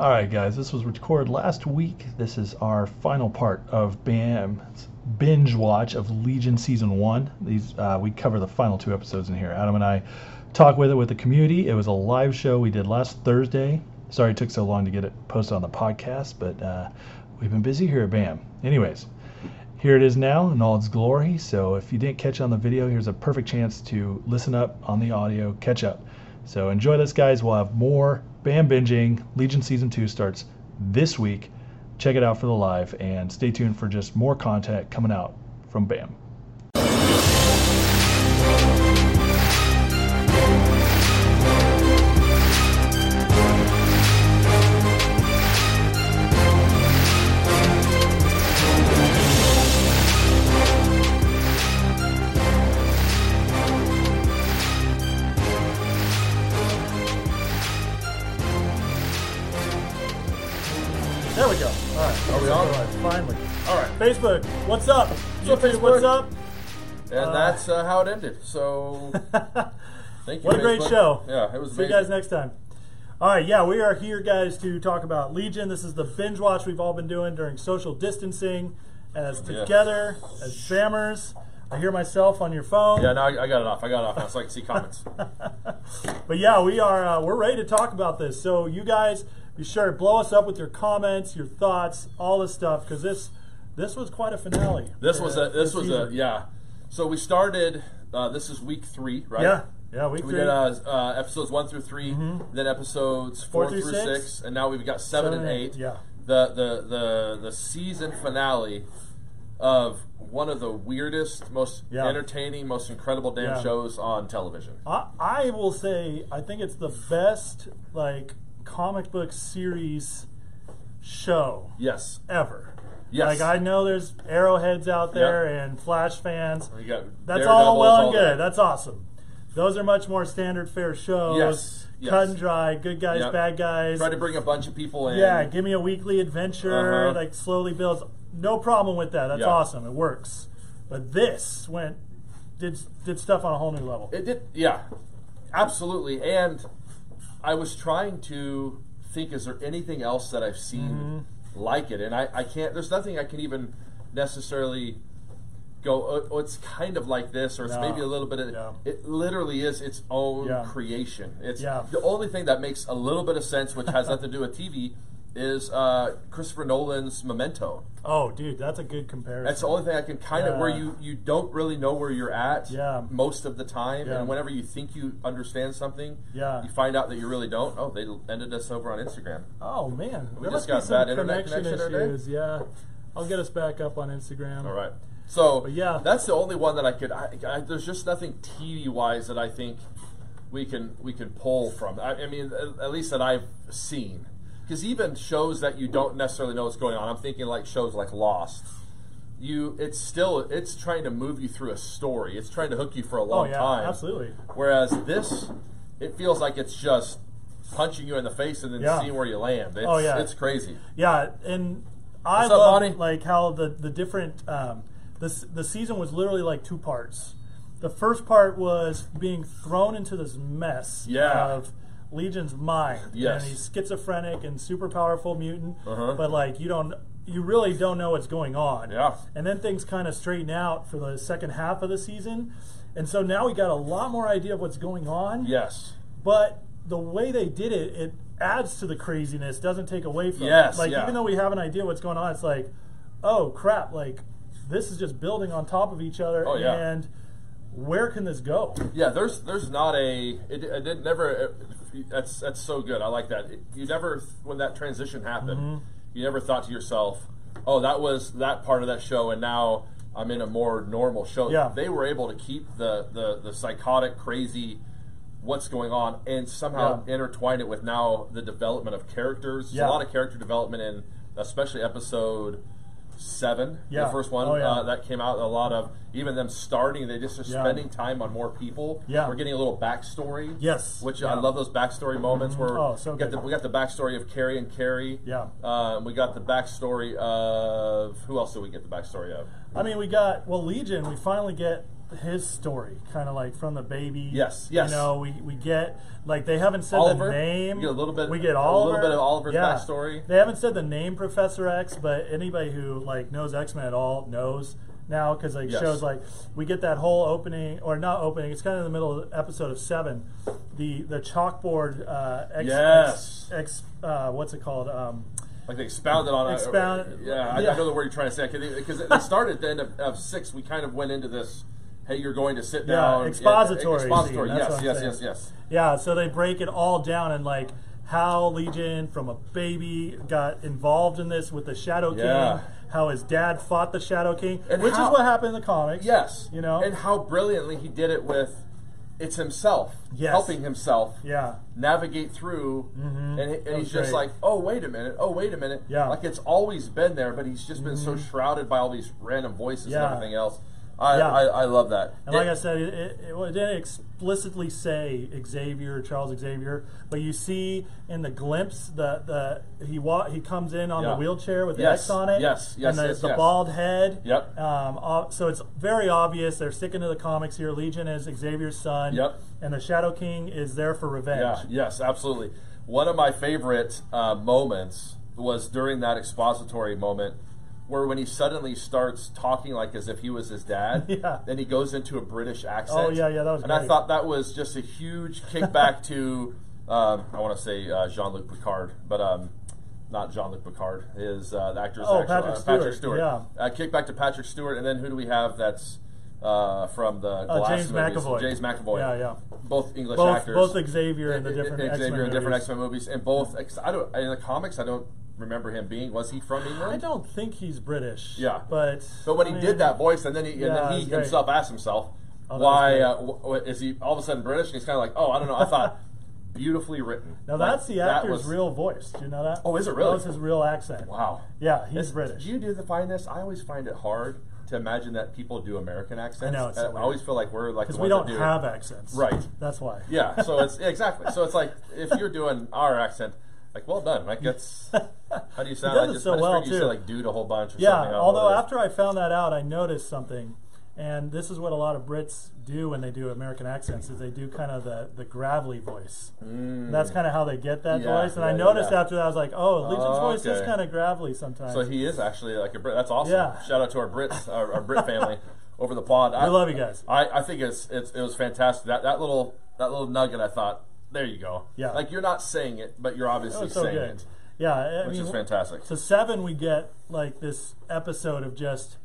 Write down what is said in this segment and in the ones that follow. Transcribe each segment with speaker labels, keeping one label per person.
Speaker 1: All right, guys, this was recorded last week. This is our final part of BAM's binge watch of Legion Season 1. These uh, We cover the final two episodes in here. Adam and I talk with it with the community. It was a live show we did last Thursday. Sorry it took so long to get it posted on the podcast, but uh, we've been busy here at BAM. Anyways, here it is now in all its glory. So if you didn't catch on the video, here's a perfect chance to listen up on the audio, catch up. So enjoy this, guys. We'll have more Bam Binging. Legion Season 2 starts this week. Check it out for the live and stay tuned for just more content coming out from Bam.
Speaker 2: There we go. All right.
Speaker 3: Are we on?
Speaker 2: All right. Finally.
Speaker 3: All right.
Speaker 2: Facebook. What's up?
Speaker 3: Yeah,
Speaker 2: Facebook. What's
Speaker 3: Facebook.
Speaker 2: up?
Speaker 3: And that's uh, how it ended. So, thank you.
Speaker 2: What a great
Speaker 3: Facebook.
Speaker 2: show.
Speaker 3: Yeah, it was
Speaker 2: See you
Speaker 3: amazing.
Speaker 2: guys next time. All right. Yeah, we are here, guys, to talk about Legion. This is the binge watch we've all been doing during social distancing, as
Speaker 3: Yeah.
Speaker 2: together as bammers. I hear myself on your phone.
Speaker 3: Yeah, no, I, I got it off. I got it off now so I can see comments.
Speaker 2: But yeah, we are uh, we're ready to talk about this. So you guys, be sure to blow us up with your comments, your thoughts, all this stuff, because this this was quite a finale.
Speaker 3: This
Speaker 2: Uh,
Speaker 3: was a. This was a.
Speaker 2: season.
Speaker 3: Yeah. So we started. Uh, this is week three, right?
Speaker 2: yeah yeah week
Speaker 3: We
Speaker 2: three. Mm-hmm.
Speaker 3: did uh, uh, episodes one through 3 then episodes four,
Speaker 2: through
Speaker 3: through
Speaker 2: six.
Speaker 3: six. and now we've got seven,
Speaker 2: Seven
Speaker 3: and
Speaker 2: and eight,
Speaker 3: eight.
Speaker 2: yeah.
Speaker 3: The the the the season finale of one of the weirdest, most
Speaker 2: Yeah.
Speaker 3: entertaining, most incredible damn
Speaker 2: Yeah. Uh,
Speaker 3: shows on television.
Speaker 2: I, I will say I think it's the best like comic book series show
Speaker 3: Yes.
Speaker 2: ever.
Speaker 3: Yes.
Speaker 2: Like I know there's arrowheads out there
Speaker 3: Yep.
Speaker 2: and Flash fans.
Speaker 3: We got
Speaker 2: That's
Speaker 3: Daredevil,
Speaker 2: all well and
Speaker 3: all
Speaker 2: good.
Speaker 3: that.
Speaker 2: That's awesome. Those are much more standard fair shows.
Speaker 3: Yes, yes.
Speaker 2: Cut and dry, good guys,
Speaker 3: Yep.
Speaker 2: bad guys.
Speaker 3: Try to bring a bunch of people in.
Speaker 2: yeah, give me a weekly adventure,
Speaker 3: Uh-huh.
Speaker 2: like slowly builds. No problem with that. That's
Speaker 3: Yeah.
Speaker 2: awesome. It works. But this went did did stuff on a whole new level.
Speaker 3: It did, yeah, absolutely. And I was trying to think, is there anything else that I've seen
Speaker 2: Mm-hmm.
Speaker 3: like it? And I, I can't. There's nothing I can even necessarily go. Oh, oh, it's kind of like this, or it's
Speaker 2: No.
Speaker 3: maybe a little bit. Of,
Speaker 2: Yeah.
Speaker 3: It literally is its own
Speaker 2: Yeah.
Speaker 3: creation. It's
Speaker 2: Yeah.
Speaker 3: the only thing that makes a little bit of sense, which has nothing to do with TV, is uh, Christopher Nolan's Memento.
Speaker 2: Oh, dude, that's a good comparison.
Speaker 3: That's the only thing I can kind of where
Speaker 2: Yeah.
Speaker 3: you you don't really know where you're at
Speaker 2: Yeah.
Speaker 3: most of the time,
Speaker 2: Yeah.
Speaker 3: and whenever you think you understand something,
Speaker 2: Yeah.
Speaker 3: you find out that you really don't. Oh, they ended us over on Instagram.
Speaker 2: Oh man, we there must
Speaker 3: just
Speaker 2: be
Speaker 3: got
Speaker 2: some
Speaker 3: bad internet
Speaker 2: connection
Speaker 3: connection today.
Speaker 2: issues. Yeah, I'll get us back up on Instagram.
Speaker 3: All right, so
Speaker 2: But yeah.
Speaker 3: that's the only one that I could. I, I, there's just nothing TV wise that I think we can we can pull from. I, I mean, at, at least that I've seen, because even shows that you don't necessarily know what's going on. I'm thinking like shows like Lost. You, it's still it's trying to move you through a story. It's trying to hook you for a
Speaker 2: Oh
Speaker 3: long
Speaker 2: yeah,
Speaker 3: time.
Speaker 2: absolutely.
Speaker 3: Whereas this, it feels like it's just punching you in the face and then
Speaker 2: Yeah.
Speaker 3: seeing where you land. It's,
Speaker 2: Oh, yeah.
Speaker 3: it's crazy.
Speaker 2: Yeah, and I
Speaker 3: What's up,
Speaker 2: love
Speaker 3: Bonnie?
Speaker 2: like how the the different um, the s- the season was literally like two parts. The first part was being thrown into this mess
Speaker 3: Yeah.
Speaker 2: of Legion's mind.
Speaker 3: Yes. Uh-huh.
Speaker 2: and he's schizophrenic and super powerful mutant, but like you don't you really don't know what's going on.
Speaker 3: Yeah.
Speaker 2: and then things kind of straighten out for the second half of the season. And so now we got a lot more idea of what's going on.
Speaker 3: Yes.
Speaker 2: But the way they did it, it adds to the craziness, doesn't take away from
Speaker 3: Yes,
Speaker 2: it. Like
Speaker 3: yeah.
Speaker 2: even though we have an idea what's going on, it's like, oh crap, like this is just building on top of each other
Speaker 3: Oh, yeah.
Speaker 2: and where can this go?
Speaker 3: Yeah. There's there's not a it, it, did never. It, that's that's so good. I like that. It- you never when that transition happened,
Speaker 2: Mm-hmm.
Speaker 3: you never thought to yourself, "Oh, that was that part of that show," and now I'm in a more normal show.
Speaker 2: Yeah.
Speaker 3: They were able to keep the the the psychotic crazy. What's going on, and somehow
Speaker 2: Yeah.
Speaker 3: intertwine it with now the development of characters. There's
Speaker 2: Yeah.
Speaker 3: a lot of character development in, especially episode seven,
Speaker 2: Yeah.
Speaker 3: the first one
Speaker 2: Oh, yeah.
Speaker 3: uh, that came out. A lot of even them starting, they just are
Speaker 2: Yeah.
Speaker 3: spending time on more people.
Speaker 2: Yeah.
Speaker 3: We're getting a little backstory.
Speaker 2: Yes.
Speaker 3: Which
Speaker 2: Yeah.
Speaker 3: I love those backstory moments where
Speaker 2: Oh, so
Speaker 3: we, got
Speaker 2: good.
Speaker 3: the, we got the backstory of Carrie and Carrie.
Speaker 2: Yeah.
Speaker 3: Um, we got the backstory of who else did we get the backstory of?
Speaker 2: I mean we got well Legion, we finally get his story, kind of like from the baby.
Speaker 3: Yes, yes.
Speaker 2: You know, we, we get like they haven't said
Speaker 3: Oliver.
Speaker 2: the name.
Speaker 3: We get a little bit-
Speaker 2: We get
Speaker 3: a
Speaker 2: Oliver.
Speaker 3: little bit of Oliver's
Speaker 2: yeah.
Speaker 3: backstory.
Speaker 2: They haven't said the name Professor X, but anybody who like knows X Men at all knows now because like
Speaker 3: Yes.
Speaker 2: shows like we get that whole opening or not opening. It's kind of in the middle of episode of seven. The the chalkboard. Uh, X,
Speaker 3: Yes.
Speaker 2: X, X uh, what's it called? Um,
Speaker 3: Like they expounded on it.
Speaker 2: Expound-
Speaker 3: Yeah, I
Speaker 2: yeah.
Speaker 3: don't know the word you're trying to say. Because they started at the end of, of six, we kind of went into this. Hey, you're going to sit
Speaker 2: Yeah,
Speaker 3: down. e-,
Speaker 2: expository
Speaker 3: Expository.
Speaker 2: scene, that's what
Speaker 3: Yes,
Speaker 2: I'm
Speaker 3: yes,
Speaker 2: saying.
Speaker 3: yes, yes.
Speaker 2: Yeah, so they break it all down and like how Legion from a baby got involved in this with the Shadow King,
Speaker 3: Yeah.
Speaker 2: how his dad fought the Shadow King,
Speaker 3: And
Speaker 2: which
Speaker 3: how-
Speaker 2: is what happened in the comics.
Speaker 3: Yes.
Speaker 2: You know?
Speaker 3: And how brilliantly he did it with it's himself.
Speaker 2: Yes.
Speaker 3: Helping himself
Speaker 2: yeah.
Speaker 3: navigate through. And, he- and
Speaker 2: Mm-hmm. was
Speaker 3: he's just
Speaker 2: great.
Speaker 3: like, oh, wait a minute. Oh, wait a minute.
Speaker 2: Yeah. Mm-hmm.
Speaker 3: Like it's always been there, but he's just been so shrouded by all these random voices
Speaker 2: Yeah.
Speaker 3: and everything else. I,
Speaker 2: Yeah.
Speaker 3: I, I love that.
Speaker 2: And like
Speaker 3: It-
Speaker 2: I said, it, it, it well, it didn't explicitly say Xavier, Charles Xavier, but you see in the glimpse the the he wa- he comes in on the
Speaker 3: Yeah.
Speaker 2: wheelchair with
Speaker 3: Yes,
Speaker 2: the X on it,
Speaker 3: yes, yes,
Speaker 2: and the,
Speaker 3: yes,
Speaker 2: the
Speaker 3: yes.
Speaker 2: bald head.
Speaker 3: Yep.
Speaker 2: Um, ob- so it's very obvious they're sticking to the comics here. Legion is Xavier's son.
Speaker 3: Yep.
Speaker 2: And the Shadow King is there for revenge.
Speaker 3: Yeah, yes, absolutely. One of my favorite uh, moments was during that expository moment where when he suddenly starts talking like as if he was his dad,
Speaker 2: Yeah.
Speaker 3: then he goes into a British accent.
Speaker 2: Oh, yeah, yeah, that was
Speaker 3: And I
Speaker 2: great.
Speaker 3: thought that was just a huge kickback to, um, I want to say uh, Jean Luc Picard, but um, not Jean Luc Picard, his uh, the actor's
Speaker 2: Oh,
Speaker 3: actual-
Speaker 2: Patrick
Speaker 3: uh,
Speaker 2: Stewart,
Speaker 3: Patrick Stewart.
Speaker 2: yeah.
Speaker 3: Uh, kickback to Patrick Stewart, and then who do we have that's uh, from the Glass
Speaker 2: James
Speaker 3: movies?
Speaker 2: McAvoy.
Speaker 3: James McAvoy.
Speaker 2: Yeah, yeah.
Speaker 3: Both English
Speaker 2: Both,
Speaker 3: actors.
Speaker 2: both Xavier and the
Speaker 3: I- I-
Speaker 2: different
Speaker 3: Xavier
Speaker 2: X-Men
Speaker 3: in different
Speaker 2: movies.
Speaker 3: X Men movies, and both. ex- I don't in the comics. I don't remember him being. Was he from England?
Speaker 2: I don't think he's British.
Speaker 3: Yeah.
Speaker 2: But
Speaker 3: But when
Speaker 2: I
Speaker 3: he
Speaker 2: mean,
Speaker 3: did that voice, and then he, and
Speaker 2: Yeah,
Speaker 3: then he
Speaker 2: it's great.
Speaker 3: himself asked himself,
Speaker 2: Oh, that was
Speaker 3: "Why
Speaker 2: great.
Speaker 3: uh, wh- wh- is he all of a sudden British?" And he's kind of like, "Oh, I don't know. I thought beautifully written."
Speaker 2: Now
Speaker 3: Like,
Speaker 2: that's the
Speaker 3: that
Speaker 2: actor's
Speaker 3: was-
Speaker 2: real voice. Do you know that?
Speaker 3: Oh, is it really?
Speaker 2: That was his real accent.
Speaker 3: Wow.
Speaker 2: Yeah, he's
Speaker 3: It's-
Speaker 2: British.
Speaker 3: Do you do the find this? I always find it hard to imagine that people do American accents.
Speaker 2: know, it's so
Speaker 3: I,
Speaker 2: weird.
Speaker 3: always feel like we're like the
Speaker 2: Because we don't
Speaker 3: ones that do.
Speaker 2: have accents.
Speaker 3: Right.
Speaker 2: That's why.
Speaker 3: Yeah, so it's yeah, exactly. So it's like if you're doing our accent, like well done, like that's how do you sound?
Speaker 2: does
Speaker 3: I
Speaker 2: it
Speaker 3: just,
Speaker 2: so
Speaker 3: I just
Speaker 2: well,
Speaker 3: figured you
Speaker 2: too.
Speaker 3: said like dude a whole bunch. Or
Speaker 2: Yeah,
Speaker 3: something. I don't know
Speaker 2: although
Speaker 3: what it is.
Speaker 2: after I found that out, I noticed something, and this is what a lot of Brits do when they do American accents is they do kind of the, the gravelly voice. Mm. That's kind of how they get that
Speaker 3: Yeah,
Speaker 2: voice. And
Speaker 3: yeah,
Speaker 2: I noticed
Speaker 3: yeah.
Speaker 2: after that, I was like, oh, Legion's
Speaker 3: Oh,
Speaker 2: voice is
Speaker 3: okay.
Speaker 2: kind of gravelly sometimes.
Speaker 3: so he is actually like a Brit. That's awesome.
Speaker 2: Yeah.
Speaker 3: Shout out to our Brits, our, our Brit family over the pond. I
Speaker 2: we love you guys.
Speaker 3: I, I think it's, it's it was fantastic. That that little that little nugget. I thought there you go.
Speaker 2: Yeah.
Speaker 3: like you're not saying it, but you're
Speaker 2: That
Speaker 3: obviously
Speaker 2: was so
Speaker 3: saying
Speaker 2: good.
Speaker 3: it,
Speaker 2: Yeah, I- I
Speaker 3: which
Speaker 2: mean,
Speaker 3: is fantastic.
Speaker 2: So seven, we get like this episode of just.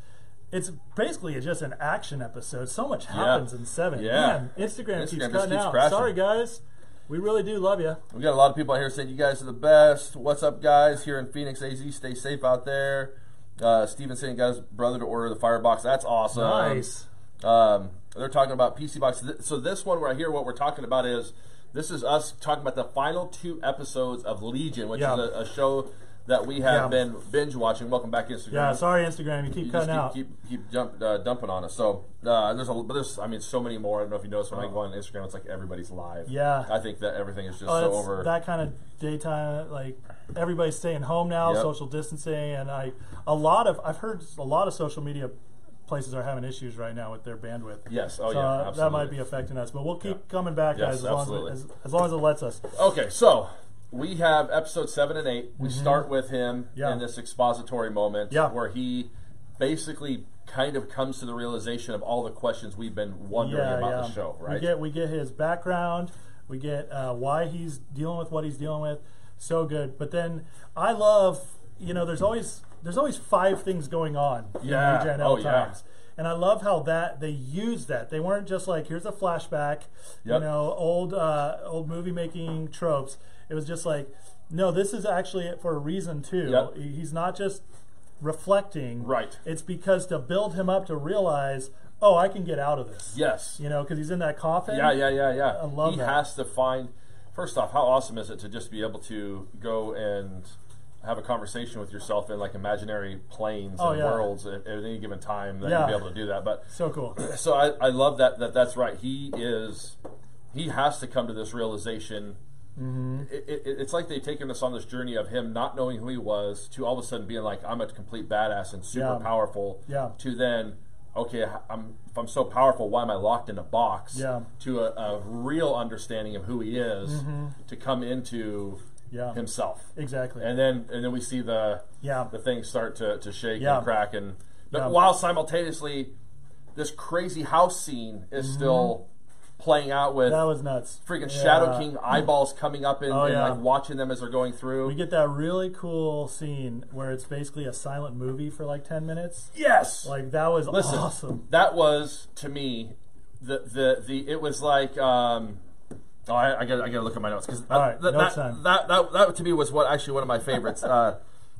Speaker 2: It's basically just an action episode. So much happens in seven.
Speaker 3: Yeah.
Speaker 2: Man, Instagram,
Speaker 3: Instagram
Speaker 2: keeps
Speaker 3: just
Speaker 2: cutting
Speaker 3: keeps
Speaker 2: out.
Speaker 3: crashing.
Speaker 2: Sorry, guys. We really do love you.
Speaker 3: We got a lot of people out here saying you guys are the best. What's up, guys? Here in Phoenix, AZ, stay safe out there. Uh, Steven saying got his brother to order the firebox. That's awesome.
Speaker 2: Nice.
Speaker 3: Um, they're talking about PC box. Th- So this one right here, what we're talking about is this is us talking about the final two episodes of Legion, which
Speaker 2: Yeah.
Speaker 3: is a, a show that we have
Speaker 2: Yeah.
Speaker 3: been binge watching. Welcome back, Instagram.
Speaker 2: Yeah, sorry, Instagram. You keep
Speaker 3: You
Speaker 2: cutting
Speaker 3: just keep,
Speaker 2: out.
Speaker 3: keep keep jump, uh, dumping on us. So uh, there's a but there's I mean so many more. I don't know if you noticed when I go on Instagram, it's like everybody's live.
Speaker 2: Oh. Yeah.
Speaker 3: I think that everything is just
Speaker 2: Oh,
Speaker 3: so
Speaker 2: that's-
Speaker 3: over.
Speaker 2: That kind of daytime, like everybody's staying home now,
Speaker 3: Yep.
Speaker 2: social distancing, and I a lot of I've heard a lot of social media places are having issues right now with their bandwidth.
Speaker 3: Yes. Oh
Speaker 2: so
Speaker 3: yeah.
Speaker 2: uh,
Speaker 3: Absolutely.
Speaker 2: that might be affecting us, but we'll keep coming back,
Speaker 3: Yes,
Speaker 2: guys, as long
Speaker 3: absolutely.
Speaker 2: as, as, as long as it lets us.
Speaker 3: Okay, so we have episode seven and eight. We start with him
Speaker 2: Mm-hmm. Yeah.
Speaker 3: in this expository moment
Speaker 2: Yeah.
Speaker 3: where he basically kind of comes to the realization of all the questions we've been wondering
Speaker 2: Yeah,
Speaker 3: about
Speaker 2: yeah.
Speaker 3: the show, right?
Speaker 2: We get we get his background, we get uh, why he's dealing with what he's dealing with. So good, but then I love you know there's always there's always five things going on
Speaker 3: Yeah.
Speaker 2: in Legion
Speaker 3: Oh, yeah.
Speaker 2: times. And I love how that they used that. They weren't just like here's a flashback, you
Speaker 3: Yep.
Speaker 2: know, old uh, old movie making tropes. It was just like, no, this is actually it for a reason too.
Speaker 3: Yep.
Speaker 2: He- He's not just reflecting.
Speaker 3: Right.
Speaker 2: It's because to build him up to realize, oh, I can get out of this.
Speaker 3: yes.
Speaker 2: You know, because he's in that coffin.
Speaker 3: Yeah, yeah, yeah, yeah.
Speaker 2: I love
Speaker 3: he
Speaker 2: that.
Speaker 3: has to find. First off, how awesome is it to just be able to go and have a conversation with yourself in like imaginary planes
Speaker 2: Oh,
Speaker 3: and
Speaker 2: yeah.
Speaker 3: worlds at, at any given time that
Speaker 2: Yeah.
Speaker 3: you'd be able to do that? But
Speaker 2: So cool.
Speaker 3: so I, I love that, that that's right he is he has to come to this realization
Speaker 2: Mm-hmm.
Speaker 3: it, it, it's like they've taken us on this journey of him not knowing who he was to all of a sudden being like i'm a complete badass and super
Speaker 2: Yeah.
Speaker 3: powerful
Speaker 2: Yeah.
Speaker 3: to then okay, h- I'm if I'm so powerful, why am I locked in a box?
Speaker 2: Yeah.
Speaker 3: To a, a real understanding of who he is
Speaker 2: Mm-hmm.
Speaker 3: to come into
Speaker 2: Yeah.
Speaker 3: himself.
Speaker 2: Exactly.
Speaker 3: And then and then we see the
Speaker 2: Yeah.
Speaker 3: the things start to, to shake
Speaker 2: Yeah.
Speaker 3: and crack and but
Speaker 2: Yeah.
Speaker 3: while simultaneously this crazy house scene is still playing out with
Speaker 2: that was nuts.
Speaker 3: freaking
Speaker 2: Mm-hmm. Yeah.
Speaker 3: Shadow King eyeballs coming up in,
Speaker 2: Oh,
Speaker 3: and
Speaker 2: yeah.
Speaker 3: like watching them as they're going through.
Speaker 2: We get that really cool scene where it's basically a silent movie for like 10 minutes.
Speaker 3: yes.
Speaker 2: Like, that was
Speaker 3: Listen,
Speaker 2: awesome.
Speaker 3: that was to me the the the it was like um oh, I, I gotta I gotta look at my notes because
Speaker 2: All right,
Speaker 3: that,
Speaker 2: notes
Speaker 3: that,
Speaker 2: time.
Speaker 3: that, that that to me was what actually one of my favorites. uh,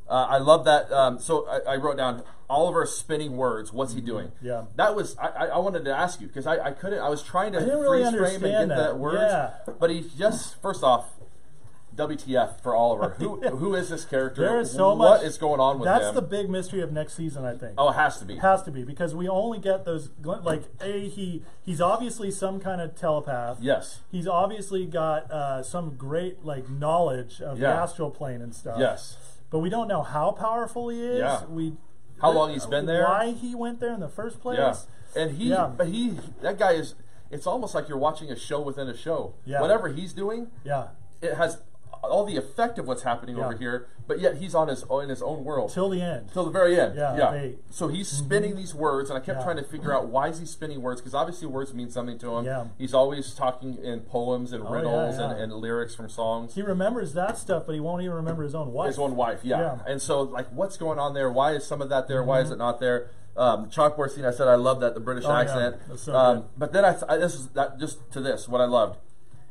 Speaker 3: uh, I love that. Um, so I, I wrote down Oliver's spinning words. What's he doing?
Speaker 2: Mm-hmm. Yeah.
Speaker 3: that was. I, I I wanted to ask you because I, I couldn't. I was trying to
Speaker 2: didn't really
Speaker 3: freeze frame and
Speaker 2: understand
Speaker 3: get
Speaker 2: that.
Speaker 3: that words.
Speaker 2: Yeah.
Speaker 3: But he just first off, WTF for Oliver? Who who is this character?
Speaker 2: There is so much.
Speaker 3: What is going on with
Speaker 2: That's
Speaker 3: him?
Speaker 2: the big mystery of next season, I think.
Speaker 3: oh, it has to be.
Speaker 2: has to be because we only get those gl- like a he he's obviously some kind of telepath
Speaker 3: yes.
Speaker 2: he's obviously got uh, some great like knowledge of the
Speaker 3: Yeah.
Speaker 2: astral plane and stuff
Speaker 3: Yes.
Speaker 2: but we don't know how powerful he is
Speaker 3: Yeah.
Speaker 2: we
Speaker 3: How long he's been there?
Speaker 2: why he went there in the first place
Speaker 3: Yeah, and he,
Speaker 2: Yeah.
Speaker 3: but he, that guy is. It's almost like you're watching a show within a show.
Speaker 2: Yeah.
Speaker 3: Whatever he's doing,
Speaker 2: yeah
Speaker 3: it has all the effect of what's happening
Speaker 2: Yeah.
Speaker 3: over here, but yet he's on his own, in his own world
Speaker 2: till the end
Speaker 3: till the very end.
Speaker 2: Yeah,
Speaker 3: yeah.
Speaker 2: they- Mm-hmm.
Speaker 3: So he's spinning these words, and I kept
Speaker 2: Yeah.
Speaker 3: trying to figure out why is he spinning words because obviously words mean something to him.
Speaker 2: Yeah. Oh,
Speaker 3: He's always talking in poems and riddles
Speaker 2: yeah.
Speaker 3: And, and lyrics from songs.
Speaker 2: he remembers that stuff but he won't even remember his own wife
Speaker 3: his own wife, yeah.
Speaker 2: Yeah. Mm-hmm.
Speaker 3: And so, like, what's going on there? Why is some of that there? Why is it not there? Um, chalkboard scene. I said I love that the British
Speaker 2: Oh, yeah.
Speaker 3: accent.
Speaker 2: That's so
Speaker 3: um,
Speaker 2: good.
Speaker 3: but then I, I this is that just to this what I loved.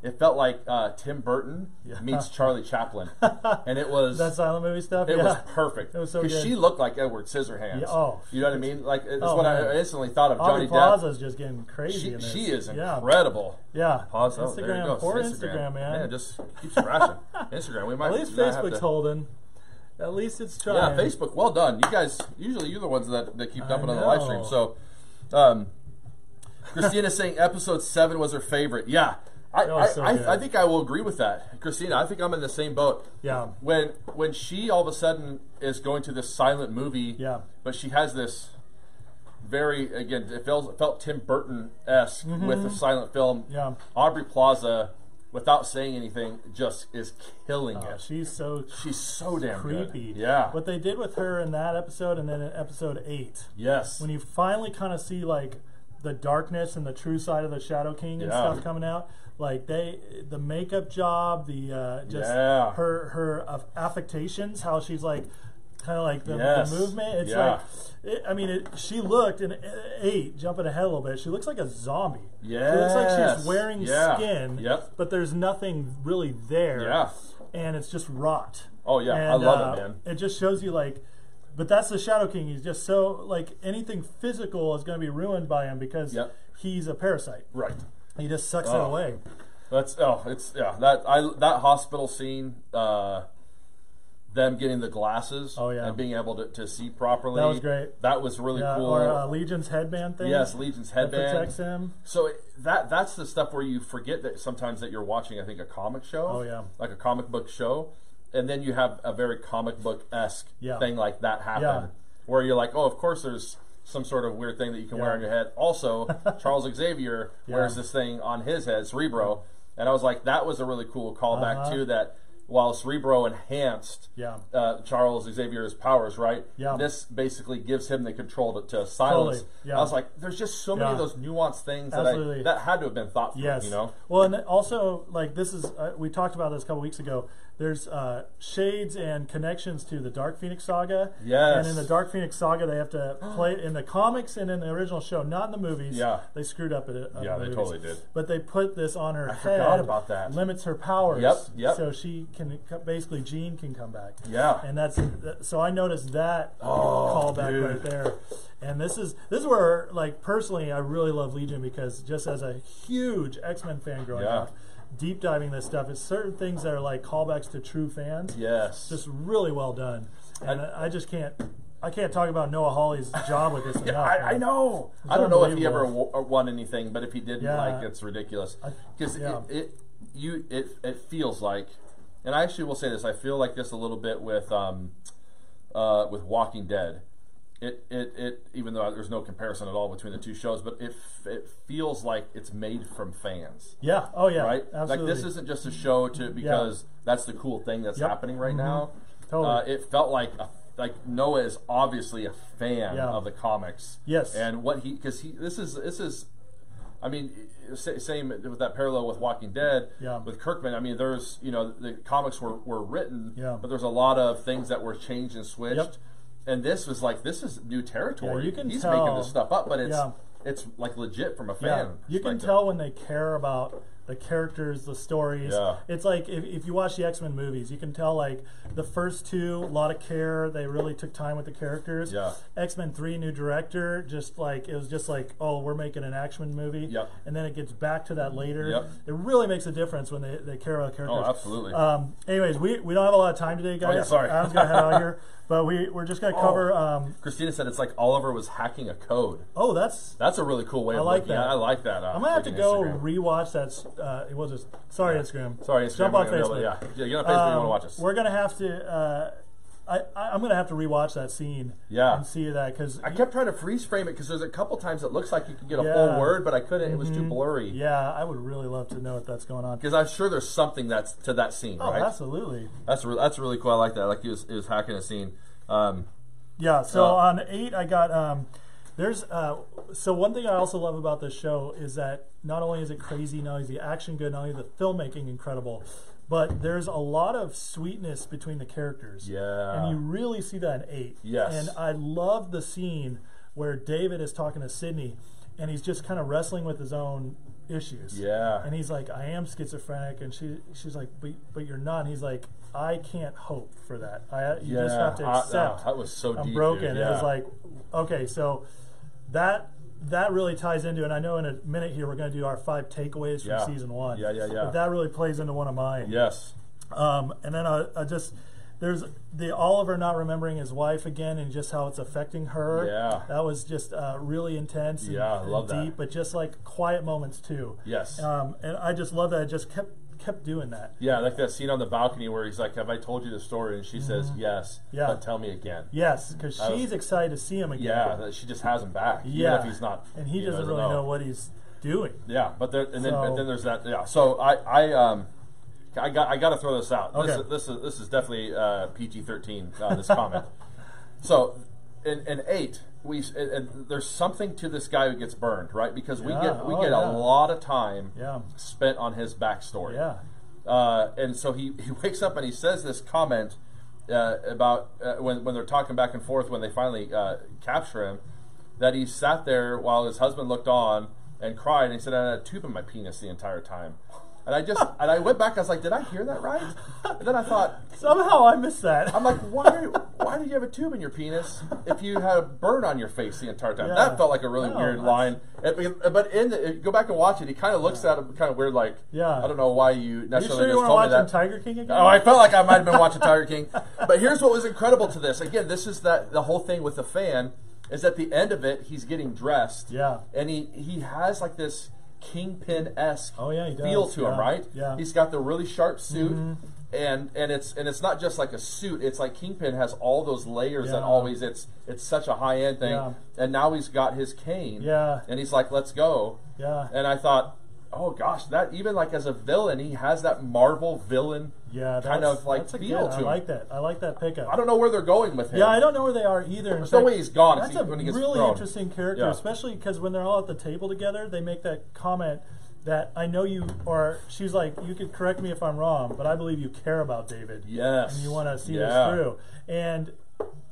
Speaker 3: It felt like uh, Tim Burton meets Charlie Chaplin, and it was
Speaker 2: that silent movie stuff
Speaker 3: it
Speaker 2: yeah
Speaker 3: was perfect.
Speaker 2: It was so good.
Speaker 3: she looked like Edward Scissorhands.
Speaker 2: Yeah, oh,
Speaker 3: you know what I mean? Like it's
Speaker 2: oh,
Speaker 3: what
Speaker 2: man.
Speaker 3: I instantly thought of
Speaker 2: Aubrey
Speaker 3: Johnny Depp.
Speaker 2: Plaza's just getting crazy
Speaker 3: She,
Speaker 2: in this.
Speaker 3: she is
Speaker 2: yeah
Speaker 3: incredible.
Speaker 2: yeah
Speaker 3: Pause.
Speaker 2: Instagram
Speaker 3: oh, there you go.
Speaker 2: poor Instagram man
Speaker 3: just keeps crashing. Instagram. We might
Speaker 2: At least
Speaker 3: not have
Speaker 2: Facebook's
Speaker 3: to-
Speaker 2: holding. At least it's
Speaker 3: Yeah,
Speaker 2: trying.
Speaker 3: Facebook. Well done. You guys usually you're the ones that, that keep dumping on the
Speaker 2: know.
Speaker 3: live stream. So, um, Christina's saying episode seven was her favorite. Yeah, I
Speaker 2: That was
Speaker 3: I,
Speaker 2: so good.
Speaker 3: I, I think I will agree with that, Christina. I think I'm in the same boat.
Speaker 2: Yeah.
Speaker 3: When when she all of a sudden is going to this silent movie.
Speaker 2: Yeah.
Speaker 3: But she has this very again it felt, felt Tim Burton esque
Speaker 2: Mm-hmm.
Speaker 3: with the silent film.
Speaker 2: Yeah.
Speaker 3: Aubrey Plaza, without saying anything, just is killing it.
Speaker 2: Oh, She's so
Speaker 3: She's so damn good.
Speaker 2: creepy.
Speaker 3: Yeah.
Speaker 2: What they did with her in that episode and then in episode eight,
Speaker 3: Yes.
Speaker 2: when you finally kind of see like the darkness and the true side of the Shadow King and
Speaker 3: Yeah.
Speaker 2: stuff coming out, like they the makeup job, the uh, just
Speaker 3: Yeah.
Speaker 2: her her uh, affectations, how she's like. Kind of like the, the
Speaker 3: Yes.
Speaker 2: movement. It's
Speaker 3: Yeah.
Speaker 2: like, it, I mean, it, she looked in eight, jumping ahead a little bit. She looks like a zombie. She looks like she's
Speaker 3: Yes.
Speaker 2: wearing
Speaker 3: Yeah.
Speaker 2: skin,
Speaker 3: Yep.
Speaker 2: but there's nothing really there.
Speaker 3: Yeah.
Speaker 2: And it's just rot.
Speaker 3: Oh, yeah. I
Speaker 2: And,
Speaker 3: love it,
Speaker 2: uh,
Speaker 3: man.
Speaker 2: It just shows you like but that's the Shadow King. He's just so like anything physical is gonna be ruined by him because
Speaker 3: Yep.
Speaker 2: he's a parasite.
Speaker 3: Right.
Speaker 2: He just sucks it
Speaker 3: Oh.
Speaker 2: away.
Speaker 3: That's oh, it's yeah. That I that hospital scene, uh, them getting the glasses.
Speaker 2: Oh, yeah.
Speaker 3: And being able to, to see properly.
Speaker 2: That was great.
Speaker 3: That was really
Speaker 2: Yeah,
Speaker 3: cool.
Speaker 2: Or uh, Legion's headband thing.
Speaker 3: yes, Legion's
Speaker 2: that protects
Speaker 3: headband.
Speaker 2: him.
Speaker 3: So it, that that's the stuff where you forget that sometimes that you're watching. I think a comic show.
Speaker 2: Oh, yeah.
Speaker 3: Like a comic book show, and then you have a very comic book esque
Speaker 2: Yeah.
Speaker 3: thing like that happen,
Speaker 2: Yeah.
Speaker 3: where you're like, oh, of course there's. Some sort of weird thing that you can wear on your head. Also, Charles Xavier wears this thing on his head, Cerebro, and I was like, that was a really cool callback
Speaker 2: Uh-huh.
Speaker 3: too. That while Cerebro enhanced
Speaker 2: Yeah.
Speaker 3: uh, Charles Xavier's powers, right?
Speaker 2: Yeah.
Speaker 3: This basically gives him the control to, to silence.
Speaker 2: Totally. Yeah.
Speaker 3: I was like, there's just so many
Speaker 2: Yeah.
Speaker 3: of those nuanced things
Speaker 2: Absolutely.
Speaker 3: that I, that had to have been thought through.
Speaker 2: Yes.
Speaker 3: You know.
Speaker 2: Well, and also like this is uh, we talked about this a couple weeks ago. There's uh, shades and connections to the Dark Phoenix saga.
Speaker 3: Yes.
Speaker 2: And in the Dark Phoenix saga, they have to play in the comics and in the original show, not in the movies.
Speaker 3: Yeah.
Speaker 2: They screwed up at it. on
Speaker 3: Yeah,
Speaker 2: the movies.
Speaker 3: they totally did.
Speaker 2: But they put this on her head.
Speaker 3: forgot about that.
Speaker 2: Limits her powers.
Speaker 3: Yep, yep.
Speaker 2: So she can basically Jean can come back.
Speaker 3: Yeah.
Speaker 2: And that's so I noticed that callback
Speaker 3: Oh, dude.
Speaker 2: right there. And this is this is where like personally I really love Legion because just as a huge X Men fan growing
Speaker 3: Yeah.
Speaker 2: up, deep diving this stuff, it's certain things that are like callbacks to true fans.
Speaker 3: Yes.
Speaker 2: Just really well done. And I, I just can't I can't talk about Noah Hawley's job with this enough.
Speaker 3: I, I
Speaker 2: man.
Speaker 3: know. I don't know if he ever
Speaker 2: unbelievable.
Speaker 3: w- or won anything, but if he didn't,
Speaker 2: Yeah.
Speaker 3: like, it's ridiculous. Because
Speaker 2: yeah.
Speaker 3: it, it, you, it, it feels like, and I actually will say this. I feel like this a little bit with, um, uh, with Walking Dead, it, it, it even though there's no comparison at all between the two shows, but it, f- it feels like it's made from fans,
Speaker 2: Yeah. Oh yeah.
Speaker 3: right?
Speaker 2: Absolutely.
Speaker 3: Like this isn't just a show to because that's the cool thing that's
Speaker 2: Yep. Mm-hmm.
Speaker 3: happening right now.
Speaker 2: Totally.
Speaker 3: Uh, it felt like a, like Noah is obviously a fan
Speaker 2: Yeah.
Speaker 3: of the comics.
Speaker 2: Yes.
Speaker 3: and what he because he this is this is. I mean, sa- same with that parallel with Walking Dead
Speaker 2: Yeah.
Speaker 3: with Kirkman. I mean, there's you know the comics were, were written,
Speaker 2: Yeah.
Speaker 3: but there's a lot of things that were changed and switched.
Speaker 2: Yep.
Speaker 3: And this was like this is new territory.
Speaker 2: Yeah, you can
Speaker 3: He's
Speaker 2: tell.
Speaker 3: making this stuff up, but it's
Speaker 2: Yeah.
Speaker 3: it's like legit from a fan.
Speaker 2: Yeah, you can
Speaker 3: perspective.
Speaker 2: tell when they care about the characters, the stories.
Speaker 3: Yeah.
Speaker 2: It's like if, if you watch the X Men movies, you can tell like the first two, a lot of care. They really took time with the characters.
Speaker 3: Yeah.
Speaker 2: X Men Three, new director, just like it was just like, oh, we're making an action movie.
Speaker 3: Yep.
Speaker 2: And then it gets back to that later.
Speaker 3: Yep. Oh,
Speaker 2: It really makes a difference when they, they care about the characters.
Speaker 3: absolutely.
Speaker 2: Um, anyways, we, we don't have a lot of time today, guys.
Speaker 3: Oh, yeah, sorry. Oh.
Speaker 2: Adam's gonna head out here, but we we're just gonna cover. Um,
Speaker 3: Christina said it's like Oliver was hacking a code.
Speaker 2: oh, that's
Speaker 3: That's a really cool way
Speaker 2: I
Speaker 3: of
Speaker 2: like
Speaker 3: looking
Speaker 2: that.
Speaker 3: at it. I like that. uh,
Speaker 2: I'm gonna have to
Speaker 3: freaking
Speaker 2: go
Speaker 3: Instagram.
Speaker 2: rewatch that. s- Uh, it was a sorry Instagram.
Speaker 3: Sorry, Instagram.
Speaker 2: Jump on
Speaker 3: I don't know,
Speaker 2: Facebook.
Speaker 3: yeah, yeah, get on Facebook.
Speaker 2: Um,
Speaker 3: you want to watch us?
Speaker 2: We're gonna have to. Uh, I, I I'm gonna have to rewatch that scene.
Speaker 3: Yeah.
Speaker 2: And see that because
Speaker 3: I kept trying to freeze frame it because there's a couple times it looks like you could get a
Speaker 2: Yeah.
Speaker 3: full word, but I couldn't. It was too blurry.
Speaker 2: yeah, I would really love to know what that's going on.
Speaker 3: Because I'm sure there's something that's to that scene,
Speaker 2: Oh,
Speaker 3: right? That's
Speaker 2: absolutely.
Speaker 3: that's, re- that's really cool. I like that. Like he was, he was hacking a scene. Um,
Speaker 2: Yeah. So
Speaker 3: Uh,
Speaker 2: on eight, I got um. There's uh, so one thing I also love about this show is that not only is it crazy, not only is the action good, not only is the filmmaking incredible, but there's a lot of sweetness between the characters.
Speaker 3: yeah.
Speaker 2: And you really see that in eight.
Speaker 3: Uh, Yes.
Speaker 2: And I love the scene where David is talking to Sydney and he's just kind of wrestling with his own issues.
Speaker 3: Yeah.
Speaker 2: And he's like, I am schizophrenic and she she's like, But but you're not and he's like, I can't hope for that. I you
Speaker 3: yeah.
Speaker 2: just have to
Speaker 3: I-
Speaker 2: accept
Speaker 3: I- that was so
Speaker 2: I'm
Speaker 3: deep,
Speaker 2: broken.
Speaker 3: dude.
Speaker 2: It was
Speaker 3: Yeah.
Speaker 2: like okay, so that that really ties into and I know in a minute here we're gonna do our five takeaways from
Speaker 3: Yeah.
Speaker 2: season one.
Speaker 3: Yeah, yeah, yeah.
Speaker 2: But that really plays into one of mine.
Speaker 3: yes.
Speaker 2: Um, and then I, I just there's the Oliver not remembering his wife again and just how it's affecting her.
Speaker 3: Yeah.
Speaker 2: that was just uh, really intense. And,
Speaker 3: Yeah, I
Speaker 2: and
Speaker 3: love that.
Speaker 2: deep, but just like quiet moments too.
Speaker 3: Yes.
Speaker 2: Um, and I just love that. I just kept kept doing that.
Speaker 3: yeah, like that scene on the balcony where he's like, "Have I told you the story?" And she says, "Yes."
Speaker 2: Yeah.
Speaker 3: But tell me again.
Speaker 2: Yes, because
Speaker 3: I was-
Speaker 2: she's excited to see him again.
Speaker 3: Yeah, that she just has him back.
Speaker 2: yeah.
Speaker 3: even if he's not,
Speaker 2: and he
Speaker 3: you
Speaker 2: doesn't really know. what he's doing.
Speaker 3: Yeah, but there, and then
Speaker 2: So-
Speaker 3: but then there's that. Yeah, so I I um. I got I got to throw this out. This,
Speaker 2: Okay.
Speaker 3: is, this is this is definitely uh, PG thirteen. Uh, this comment. so, in, in eight, we and, and there's something to this guy who gets burned, right? Because we
Speaker 2: Yeah,
Speaker 3: get we
Speaker 2: oh,
Speaker 3: get
Speaker 2: yeah.
Speaker 3: a lot of time
Speaker 2: Yeah.
Speaker 3: spent on his backstory.
Speaker 2: Yeah.
Speaker 3: Uh, and so he, he wakes up and he says this comment uh, about uh, when, when they're talking back and forth when they finally uh, capture him that he sat there while his husband looked on and cried and he said I had a tube in my penis the entire time. And I just and I went back. I was like, "Did I hear that right?" And then I thought,
Speaker 2: Somehow I missed that.
Speaker 3: "I'm like, why? Why did you have a tube in your penis if you had a burn on your face the entire time?"
Speaker 2: Yeah.
Speaker 3: That felt like a really
Speaker 2: No,
Speaker 3: weird
Speaker 2: that's-
Speaker 3: line. It- but in the, go back and watch it. He kind of looks at him kind of weird, like,
Speaker 2: Yeah.
Speaker 3: I don't know why you
Speaker 2: you
Speaker 3: necessarily
Speaker 2: sure you want to
Speaker 3: just told me
Speaker 2: watch
Speaker 3: that."
Speaker 2: him Tiger King again?
Speaker 3: Oh, I felt like I might have been watching Tiger King. But here's what was incredible to this. Again, this is that the whole thing with the fan is at the end of it, he's getting dressed.
Speaker 2: Yeah.
Speaker 3: And he, he has like this kingpin esque
Speaker 2: Oh, yeah, he does.
Speaker 3: feel to him,
Speaker 2: Yeah.
Speaker 3: right?
Speaker 2: Yeah. Mm-hmm.
Speaker 3: He's got the really sharp suit. And, and it's and it's not just like a suit. It's like Kingpin has all those layers that
Speaker 2: Yeah.
Speaker 3: always it's it's such a high end thing.
Speaker 2: Yeah.
Speaker 3: And now he's got his cane.
Speaker 2: Yeah.
Speaker 3: And he's like, let's go.
Speaker 2: Yeah.
Speaker 3: And I thought, oh gosh, that even like as a villain, he has that Marvel villain
Speaker 2: yeah,
Speaker 3: kind
Speaker 2: that's-
Speaker 3: of like
Speaker 2: that's a
Speaker 3: feel
Speaker 2: good-
Speaker 3: to
Speaker 2: I
Speaker 3: him.
Speaker 2: like that. I like that pickup.
Speaker 3: I don't know where they're going with him.
Speaker 2: Yeah, I don't know where they are either. In
Speaker 3: There's no
Speaker 2: fact,
Speaker 3: way he's gone.
Speaker 2: That's
Speaker 3: It's
Speaker 2: a
Speaker 3: when he gets
Speaker 2: really
Speaker 3: thrown.
Speaker 2: interesting character,
Speaker 3: Yeah.
Speaker 2: especially because when they're all at the table together, they make that comment that I know you, or she's like, you could correct me if I'm wrong, but I believe you care about David.
Speaker 3: Yes.
Speaker 2: And you want to see
Speaker 3: Yeah.
Speaker 2: this through. And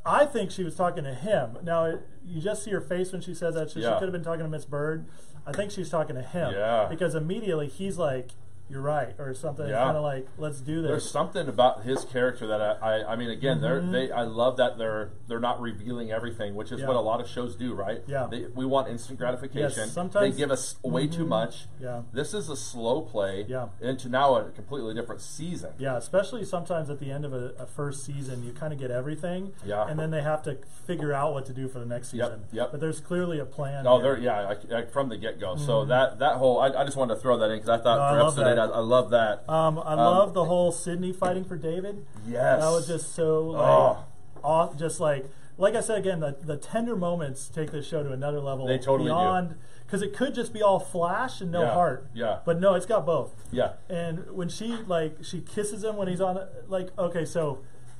Speaker 2: I think she was talking to him. Now, it, you just see her face when she says that. So She
Speaker 3: Yeah.
Speaker 2: could have been talking to Miss Bird. I think she's talking to him.
Speaker 3: Yeah.
Speaker 2: Because immediately he's like, you're right, or something.
Speaker 3: Yeah.
Speaker 2: Kind of like, let's do this.
Speaker 3: There's something about his character that I, I, I mean, again,
Speaker 2: Mm-hmm.
Speaker 3: they're, they, I love that they're, they're not revealing everything, which is
Speaker 2: Yeah.
Speaker 3: what a lot of shows do, right?
Speaker 2: Yeah.
Speaker 3: They, we want instant gratification.
Speaker 2: Yes, sometimes-
Speaker 3: they give us way too much.
Speaker 2: Yeah.
Speaker 3: This is a slow play
Speaker 2: Yeah.
Speaker 3: into now a completely different season.
Speaker 2: Yeah, especially sometimes at the end of a, a first season, you kind of get everything.
Speaker 3: Yeah.
Speaker 2: And then they have to figure out what to do for the next
Speaker 3: Yep,
Speaker 2: season.
Speaker 3: yep.
Speaker 2: But there's clearly a plan.
Speaker 3: Oh,
Speaker 2: here.
Speaker 3: there, yeah, I, I, from the get go. So that that whole, I, I just wanted to throw that in because I
Speaker 2: Mm-hmm.
Speaker 3: thought
Speaker 2: I
Speaker 3: for
Speaker 2: love
Speaker 3: episode
Speaker 2: that.
Speaker 3: eight, I, I love that.
Speaker 2: Um, I love the whole Sydney fighting for David.
Speaker 3: yes,
Speaker 2: That was just so like,
Speaker 3: Oh.
Speaker 2: off, just like like I said again, the, the tender moments take this show to another level.
Speaker 3: They totally do.
Speaker 2: beyond because it could just be all flash and no
Speaker 3: Yeah,
Speaker 2: heart.
Speaker 3: yeah.
Speaker 2: But no, it's got both.
Speaker 3: Yeah.
Speaker 2: And when she like she kisses him when he's on like okay, so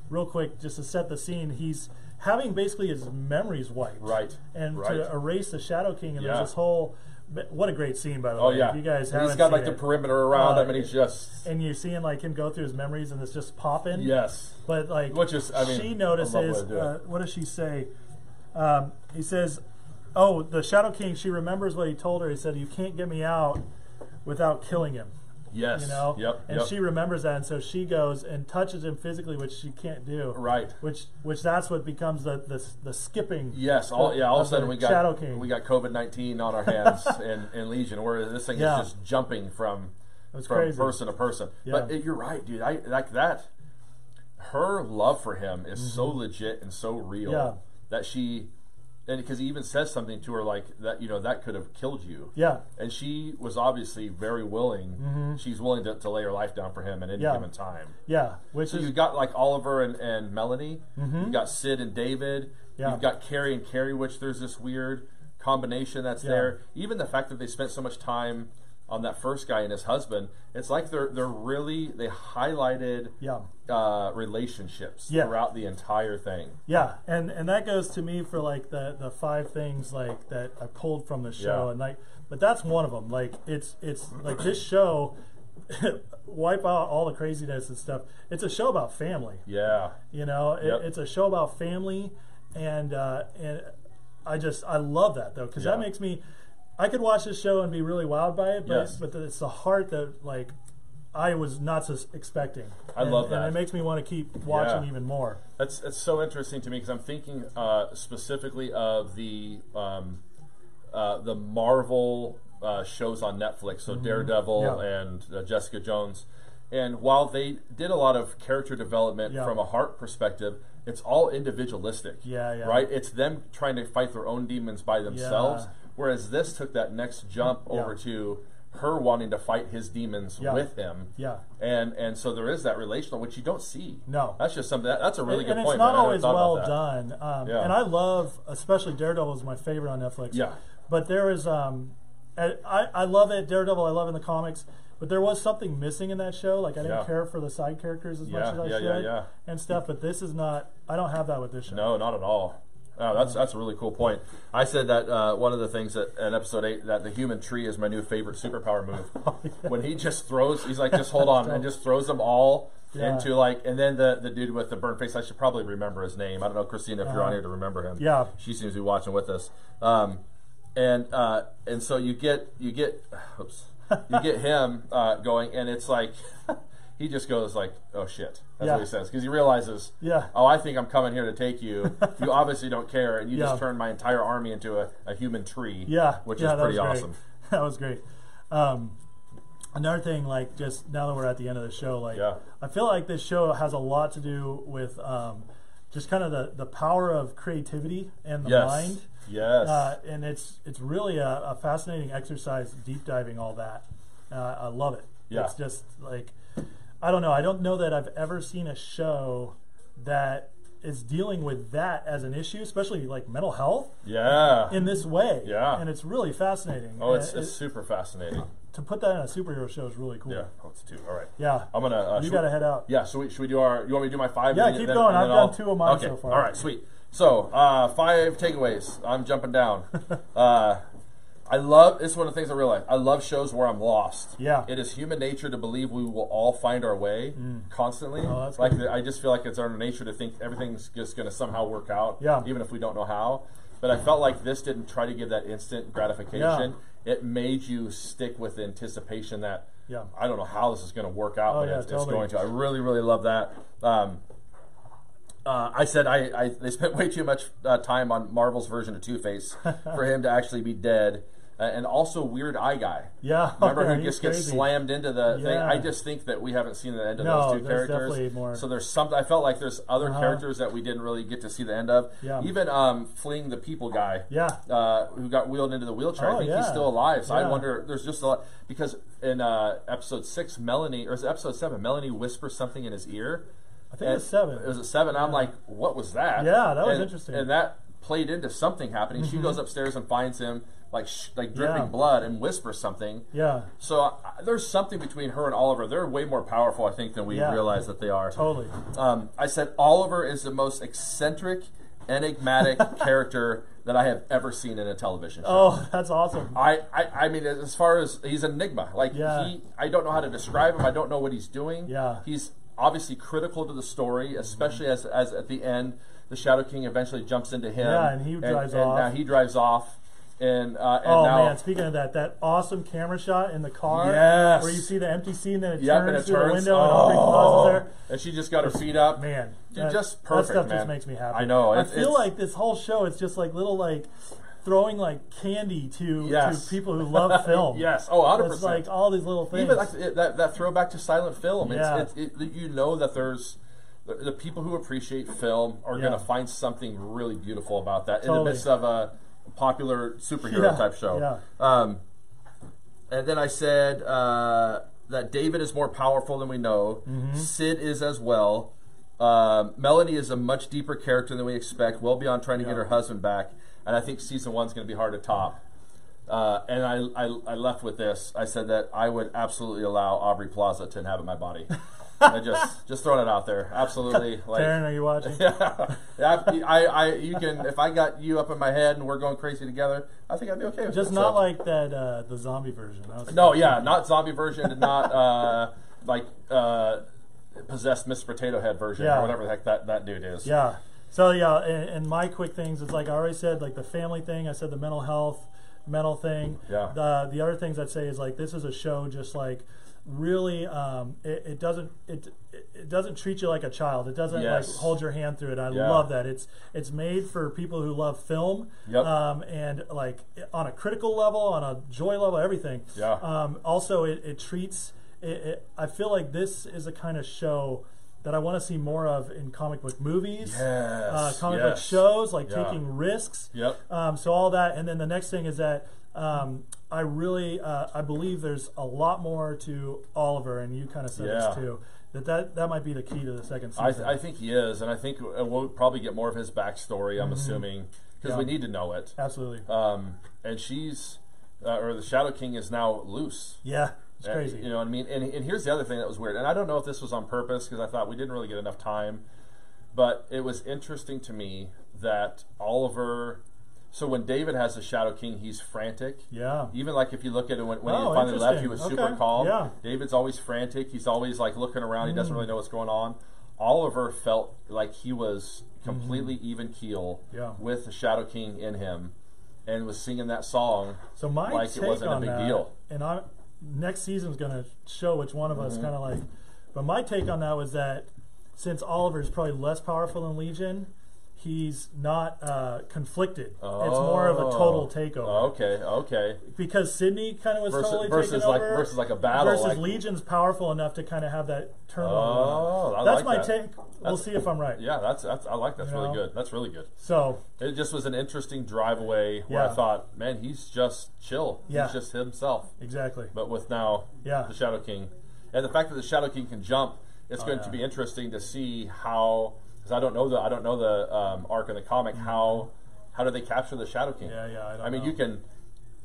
Speaker 2: real quick just to set the scene, he's having basically his memories wiped.
Speaker 3: Right,
Speaker 2: And
Speaker 3: right.
Speaker 2: to erase the Shadow King and
Speaker 3: Yeah.
Speaker 2: there's this whole what a great scene by the
Speaker 3: Oh
Speaker 2: way.
Speaker 3: yeah.
Speaker 2: If you guys
Speaker 3: And
Speaker 2: haven't
Speaker 3: he's got
Speaker 2: seen
Speaker 3: like the
Speaker 2: it.
Speaker 3: perimeter around
Speaker 2: Uh,
Speaker 3: him, and he's just
Speaker 2: and you're seeing like him go through his memories and it's just popping.
Speaker 3: yes.
Speaker 2: But like,
Speaker 3: Which is- I mean,
Speaker 2: she
Speaker 3: I love
Speaker 2: notices.
Speaker 3: what they do.
Speaker 2: Uh, what does she say? Um, he says, "Oh, the Shadow King." She remembers what he told her. He said, "You can't get me out without killing him."
Speaker 3: Yes.
Speaker 2: You know.
Speaker 3: Yep.
Speaker 2: And
Speaker 3: yep.
Speaker 2: she remembers that, and so she goes and touches him physically, which she can't do.
Speaker 3: Right.
Speaker 2: Which, which that's what becomes the the, the skipping.
Speaker 3: Yes, all, yeah. All of a sudden,
Speaker 2: the
Speaker 3: we got
Speaker 2: Oh, Shadow King.
Speaker 3: we got COVID nineteen on our hands and, and Legion, where this thing
Speaker 2: Yeah.
Speaker 3: is just jumping from
Speaker 2: was
Speaker 3: from
Speaker 2: crazy.
Speaker 3: person to person. But
Speaker 2: Yeah.
Speaker 3: it, you're right, dude. I like that. Her love for him is so legit and so real
Speaker 2: Mm-hmm. Yeah.
Speaker 3: that she, and because he even says something to her like that. You know that could have killed you.
Speaker 2: Yeah.
Speaker 3: And she was obviously very willing. She's willing to, to lay her life down for him at any
Speaker 2: Mm-hmm. Yeah.
Speaker 3: given time.
Speaker 2: Yeah. Which
Speaker 3: So
Speaker 2: is
Speaker 3: you've got like Oliver and, and Melanie. You've got Sid and David.
Speaker 2: Mm-hmm. Yeah.
Speaker 3: You've got Carrie and Carrie, which there's this weird combination that's there. Even the fact that they spent so much time on that first guy and his husband, it's like they're they're really they highlighted
Speaker 2: Yeah.
Speaker 3: uh, relationships
Speaker 2: Yeah.
Speaker 3: throughout the entire thing.
Speaker 2: Yeah, and and that goes to me for like the the five things like that I pulled from the show,
Speaker 3: Yeah.
Speaker 2: and like, but that's one of them. Like it's it's like this show, wipe out all the craziness and stuff. It's a show about family.
Speaker 3: Yeah.
Speaker 2: You know, it,
Speaker 3: Yep.
Speaker 2: it's a show about family, and uh, and I just I love that though because that
Speaker 3: Yeah.
Speaker 2: makes me. I could watch this show and be really wowed by it, but
Speaker 3: Yes.
Speaker 2: but it's the heart that like I was not sus- expecting.
Speaker 3: I
Speaker 2: And-
Speaker 3: love that.
Speaker 2: and it makes me want to keep watching
Speaker 3: Yeah.
Speaker 2: even more.
Speaker 3: That's that's so interesting to me because I'm thinking uh, specifically of the um, uh, the Marvel uh, shows on Netflix, so Daredevil
Speaker 2: Mm-hmm. Yeah.
Speaker 3: and uh, Jessica Jones. And while they did a lot of character development
Speaker 2: Yeah.
Speaker 3: from a heart perspective, it's all individualistic.
Speaker 2: Yeah, yeah.
Speaker 3: Right? It's them trying to fight their own demons by themselves.
Speaker 2: Yeah.
Speaker 3: Whereas this took that next jump over to her wanting to fight his demons
Speaker 2: Yeah.
Speaker 3: with him.
Speaker 2: Yeah.
Speaker 3: And and so there is that relational which you don't see.
Speaker 2: No.
Speaker 3: That's just something that, that's a really
Speaker 2: and,
Speaker 3: good
Speaker 2: and
Speaker 3: point.
Speaker 2: it's not
Speaker 3: man. I never
Speaker 2: always
Speaker 3: thought about
Speaker 2: well done.
Speaker 3: that.
Speaker 2: Um,
Speaker 3: Yeah.
Speaker 2: And I love, especially Daredevil is my favorite on Netflix.
Speaker 3: Yeah.
Speaker 2: But there is, um, I, I I love it. Daredevil, I love in the comics. But there was something missing in that show. Like I didn't
Speaker 3: Yeah.
Speaker 2: care for the side characters as
Speaker 3: Yeah,
Speaker 2: much as I
Speaker 3: yeah, yeah,
Speaker 2: should
Speaker 3: yeah.
Speaker 2: and stuff. But this is not. I don't have that with this show.
Speaker 3: No, not at all. Oh, that's that's a really cool point. I said that uh, one of the things that in episode eight that the human tree is my new favorite superpower move.
Speaker 2: Oh,
Speaker 3: When he just throws, he's like, just hold on, and just throws them all
Speaker 2: Yeah.
Speaker 3: into like, and then the the dude with the burn face. I should probably remember his name. I don't know, Christina, if you're
Speaker 2: Uh-huh.
Speaker 3: on here to remember him.
Speaker 2: Yeah.
Speaker 3: she seems to be watching with us. Um, and uh, and so you get you get, oops, you get him uh, going, and it's like. He just goes like, "Oh shit!" That's
Speaker 2: Yeah.
Speaker 3: what he says because he realizes,
Speaker 2: Yeah.
Speaker 3: oh, I think I'm coming here to take you. you obviously don't care, and you
Speaker 2: Yeah.
Speaker 3: just turned my entire army into a, a human tree.
Speaker 2: Yeah,
Speaker 3: which
Speaker 2: yeah,
Speaker 3: is
Speaker 2: that
Speaker 3: pretty
Speaker 2: was great.
Speaker 3: awesome.
Speaker 2: That was great. Um, another thing, like just now that we're at the end of the show, like
Speaker 3: Yeah.
Speaker 2: I feel like this show has a lot to do with um, just kind of the, the power of creativity and the
Speaker 3: Yes,
Speaker 2: mind.
Speaker 3: yes.
Speaker 2: Uh, and it's it's really a, a fascinating exercise, deep diving all that. Uh, I love it.
Speaker 3: Yeah.
Speaker 2: It's just like I don't know. I don't know that I've ever seen a show that is dealing with that as an issue, especially like mental health
Speaker 3: yeah.
Speaker 2: in this way.
Speaker 3: Yeah.
Speaker 2: And it's really fascinating.
Speaker 3: oh,
Speaker 2: And
Speaker 3: it's,
Speaker 2: it-
Speaker 3: it's super fascinating.
Speaker 2: to put that in a superhero show is really cool.
Speaker 3: Yeah. Oh, it's two. All right.
Speaker 2: Yeah.
Speaker 3: I'm gonna. Uh,
Speaker 2: you
Speaker 3: should-
Speaker 2: got to head out.
Speaker 3: Yeah. So we, should we do our? You want me to do my five?
Speaker 2: Yeah,
Speaker 3: and
Speaker 2: keep
Speaker 3: then-
Speaker 2: going.
Speaker 3: and
Speaker 2: I've
Speaker 3: then
Speaker 2: done
Speaker 3: I'll-
Speaker 2: two of mine
Speaker 3: okay.
Speaker 2: so far.
Speaker 3: All right. Sweet. So uh, five takeaways. I'm jumping down. uh, I love. It's one of the things I realize. I love shows where I'm lost.
Speaker 2: Yeah.
Speaker 3: It is human nature to believe we will all find our way constantly.
Speaker 2: Mm. Oh, that's
Speaker 3: like I just feel like it's our nature to think everything's just going to somehow work out.
Speaker 2: Yeah.
Speaker 3: Even if we don't know how. But I felt like this didn't try to give that instant gratification. It made you stick with the anticipation that
Speaker 2: Yeah.
Speaker 3: I don't know how this is going to work out,
Speaker 2: Oh,
Speaker 3: but
Speaker 2: yeah,
Speaker 3: it's,
Speaker 2: totally.
Speaker 3: it's going to. I really, really love that. Um, uh, I said I, I they spent way too much uh, time on Marvel's version of Two Face for him to actually be dead, uh, and also Weird Eye Guy.
Speaker 2: Yeah.
Speaker 3: remember
Speaker 2: Yeah,
Speaker 3: who
Speaker 2: Oh, he's
Speaker 3: just gets
Speaker 2: crazy.
Speaker 3: slammed into the thing?
Speaker 2: Yeah.
Speaker 3: I just think that we haven't seen the end of
Speaker 2: No,
Speaker 3: those two
Speaker 2: there's
Speaker 3: characters.
Speaker 2: definitely more. Uh-huh.
Speaker 3: So there's something I felt like there's other characters that we didn't really get to see the end of.
Speaker 2: Yeah.
Speaker 3: Even um, fleeing the people guy.
Speaker 2: Yeah.
Speaker 3: Uh, who got wheeled into the wheelchair?
Speaker 2: Oh,
Speaker 3: I think
Speaker 2: yeah.
Speaker 3: he's still alive. So
Speaker 2: Yeah.
Speaker 3: I wonder. There's just a lot because in uh, episode six, Melanie or is it episode seven? Melanie whispers something in his ear.
Speaker 2: I I think it was seven.
Speaker 3: It was a seven. I'm like, what was that?
Speaker 2: Yeah, that was
Speaker 3: And-
Speaker 2: interesting. Mm-hmm.
Speaker 3: And that played into something happening. She goes upstairs and finds him like sh- like dripping
Speaker 2: Yeah.
Speaker 3: blood and whispers something.
Speaker 2: yeah,
Speaker 3: So I there's something between her and Oliver. They're way more powerful, I think, than we
Speaker 2: Yeah.
Speaker 3: realize that they are.
Speaker 2: totally.
Speaker 3: Um, I said Oliver is the most eccentric, enigmatic character that I have ever seen in a television show.
Speaker 2: Oh, that's awesome.
Speaker 3: I, I, I mean, as far as he's an enigma. Like
Speaker 2: Yeah.
Speaker 3: he, I don't know how to describe him. I don't know what he's doing.
Speaker 2: Yeah. Mm-hmm.
Speaker 3: he's obviously critical to the story, especially as, as at the end, the Shadow King eventually jumps into him.
Speaker 2: Yeah, and he drives off.
Speaker 3: now he drives off, and uh, and
Speaker 2: Oh
Speaker 3: now
Speaker 2: man, speaking of that, that awesome camera shot in the car,
Speaker 3: Yes.
Speaker 2: where you see the empty seat and then it
Speaker 3: yep,
Speaker 2: turns
Speaker 3: and it
Speaker 2: through
Speaker 3: turns.
Speaker 2: the window and
Speaker 3: oh,
Speaker 2: Aubrey Plaza's there.
Speaker 3: and she just got her feet up.
Speaker 2: Man,
Speaker 3: Dude,
Speaker 2: that-
Speaker 3: just perfect,
Speaker 2: That stuff
Speaker 3: man.
Speaker 2: just makes me happy.
Speaker 3: I know,
Speaker 2: I
Speaker 3: it's-
Speaker 2: feel
Speaker 3: it's-
Speaker 2: like this whole show it's just like little like throwing like candy to
Speaker 3: Yes.
Speaker 2: to people who love film.
Speaker 3: Yes, oh, 100
Speaker 2: It's
Speaker 3: percent.
Speaker 2: like all these little things.
Speaker 3: Even like it, that, that throwback to silent film.
Speaker 2: Yeah.
Speaker 3: It's, it's, it, you know that there's the, the people who appreciate film are
Speaker 2: Yeah.
Speaker 3: going to find something really beautiful about that in the
Speaker 2: Totally.
Speaker 3: midst of a popular superhero
Speaker 2: Yeah,
Speaker 3: type show.
Speaker 2: yeah.
Speaker 3: Um, and then I said uh, that David is more powerful than we know.
Speaker 2: Mm-hmm.
Speaker 3: Sid is as well. Um, Melanie is a much deeper character than we expect, well beyond trying to get her husband back. And I think season one's going to be hard to top. Uh, and I, I, I left with this. I said that I would absolutely allow Aubrey Plaza to inhabit my body. I just just throwing it out there. Absolutely,
Speaker 2: Darren,
Speaker 3: like
Speaker 2: are you watching?
Speaker 3: yeah, I, I you can if I got you up in my head and we're going crazy together, I think I'd be okay. With
Speaker 2: Just
Speaker 3: it.
Speaker 2: not
Speaker 3: So-
Speaker 2: like that uh, the zombie version. That was-
Speaker 3: no, yeah, not zombie version, and not uh, like uh, possessed Miss Potato Head version
Speaker 2: Yeah.
Speaker 3: or whatever the heck that, that dude is.
Speaker 2: Yeah. So yeah, and, and my quick things is like I already said, like the family thing. I said the mental health, mental thing.
Speaker 3: Yeah.
Speaker 2: The the other things I'd say is like this is a show just like really um it, it doesn't it it doesn't treat you like a child it doesn't
Speaker 3: Yes.
Speaker 2: like hold your hand through it i
Speaker 3: Yeah.
Speaker 2: love that it's it's made for people who love film
Speaker 3: Yep.
Speaker 2: um and like on a critical level on a joy level everything
Speaker 3: Yeah.
Speaker 2: um, also, it, it treats. It, it, I feel like this is a kind of show that I want to see more of in comic book movies, uh,
Speaker 3: Yes,
Speaker 2: comic book
Speaker 3: yes.
Speaker 2: shows, like
Speaker 3: Yeah.
Speaker 2: taking risks.
Speaker 3: Yep.
Speaker 2: Um, so all that, and then the next thing is that um, I really uh, I believe there's a lot more to Oliver, and you kind of said
Speaker 3: Yeah.
Speaker 2: this too. That, that that might be the key to the second
Speaker 3: I,
Speaker 2: season.
Speaker 3: th- I think he is, and I think uh, we'll probably get more of his backstory. I'm assuming because we
Speaker 2: Mm-hmm. Yeah.
Speaker 3: need to know it.
Speaker 2: Absolutely.
Speaker 3: Um, and she's, uh, or the Shadow King is now loose.
Speaker 2: yeah. It's
Speaker 3: Uh,
Speaker 2: crazy.
Speaker 3: You know what I mean? And, and here's the other thing that was weird. And I don't know if this was on purpose because I thought we didn't really get enough time. But it was interesting to me that Oliver. So when David has the Shadow King, he's frantic.
Speaker 2: yeah.
Speaker 3: Even like if you look at it when, when
Speaker 2: Oh,
Speaker 3: he finally left, he was
Speaker 2: interesting.
Speaker 3: super
Speaker 2: Okay.
Speaker 3: calm.
Speaker 2: Yeah. Mm.
Speaker 3: David's always frantic. He's always like looking around. He doesn't really know what's going on. Oliver felt like he was
Speaker 2: Mm-hmm.
Speaker 3: completely even keel
Speaker 2: Yeah.
Speaker 3: with the Shadow King in him, and was singing that song.
Speaker 2: So my
Speaker 3: like it
Speaker 2: take
Speaker 3: wasn't a
Speaker 2: on
Speaker 3: big
Speaker 2: that,
Speaker 3: deal.
Speaker 2: and I next season's going to show which one of
Speaker 3: Mm-hmm.
Speaker 2: us kind of like. But my take on that was that since Oliver's probably less powerful than Legion, he's not uh, conflicted. It's more of a
Speaker 3: Oh.
Speaker 2: total takeover
Speaker 3: Okay, okay.
Speaker 2: because Sydney kind of was
Speaker 3: Versus-
Speaker 2: totally
Speaker 3: versus
Speaker 2: taken
Speaker 3: like-
Speaker 2: over
Speaker 3: versus like a battle,
Speaker 2: Versus
Speaker 3: like-
Speaker 2: Legion's powerful enough to kind of have that turmoil.
Speaker 3: Oh, I
Speaker 2: that's
Speaker 3: like
Speaker 2: my
Speaker 3: that.
Speaker 2: take. We'll see if I'm right.
Speaker 3: Yeah, that's, that's I like that's really
Speaker 2: know?
Speaker 3: good. That's really good.
Speaker 2: So
Speaker 3: It just was an interesting drive away where I
Speaker 2: Yeah.
Speaker 3: thought, man, he's just chill.
Speaker 2: Yeah.
Speaker 3: He's just himself.
Speaker 2: exactly.
Speaker 3: But with now
Speaker 2: Yeah.
Speaker 3: the Shadow King, and the fact that the Shadow King can jump, it's going to
Speaker 2: Oh, yeah.
Speaker 3: be interesting to see how. Because I don't know the I don't know the um, arc in the comic. How how do they capture the Shadow King?
Speaker 2: Mm-hmm. Yeah, yeah, I don't
Speaker 3: mean,
Speaker 2: know.
Speaker 3: you can.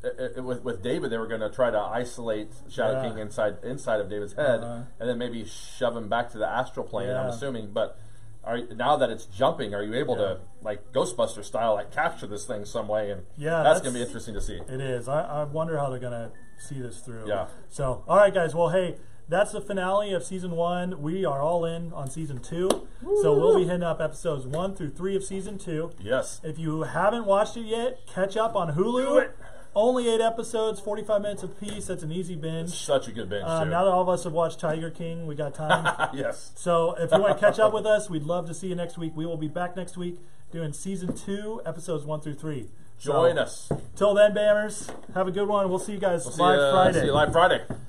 Speaker 3: i- i- with, with David, they were going to try to isolate Shadow
Speaker 2: Yeah.
Speaker 3: King inside inside of David's head,
Speaker 2: Uh-huh.
Speaker 3: and then maybe shove him back to the astral plane. I'm
Speaker 2: Yeah.
Speaker 3: assuming, but are you- now that it's jumping, are you able to like Ghostbuster style, like capture this thing some way? And
Speaker 2: Yeah,
Speaker 3: that's,
Speaker 2: that's-
Speaker 3: going to be interesting to see.
Speaker 2: It is. I, I wonder how they're going to see this through.
Speaker 3: Yeah.
Speaker 2: So, all right, guys. Well, hey, that's the finale of season one. We are all in on season 2 So, we'll be hitting up episodes one through three of season two.
Speaker 3: Yes,
Speaker 2: If you haven't watched it yet, catch up on Hulu.
Speaker 3: Do it.
Speaker 2: Only eight episodes, 45 minutes apiece. That's an easy binge.
Speaker 3: such a good bench.
Speaker 2: Uh, now that all of us have watched Tiger King, we got time.
Speaker 3: yes.
Speaker 2: So if you want to catch up with us, we'd love to see you next week. We will be back next week doing season two, episodes one through three. So-
Speaker 3: Join us.
Speaker 2: Till then, Bammers, have a good one. We'll see you guys
Speaker 3: See
Speaker 2: live
Speaker 3: ya-
Speaker 2: Friday.
Speaker 3: See you live Friday.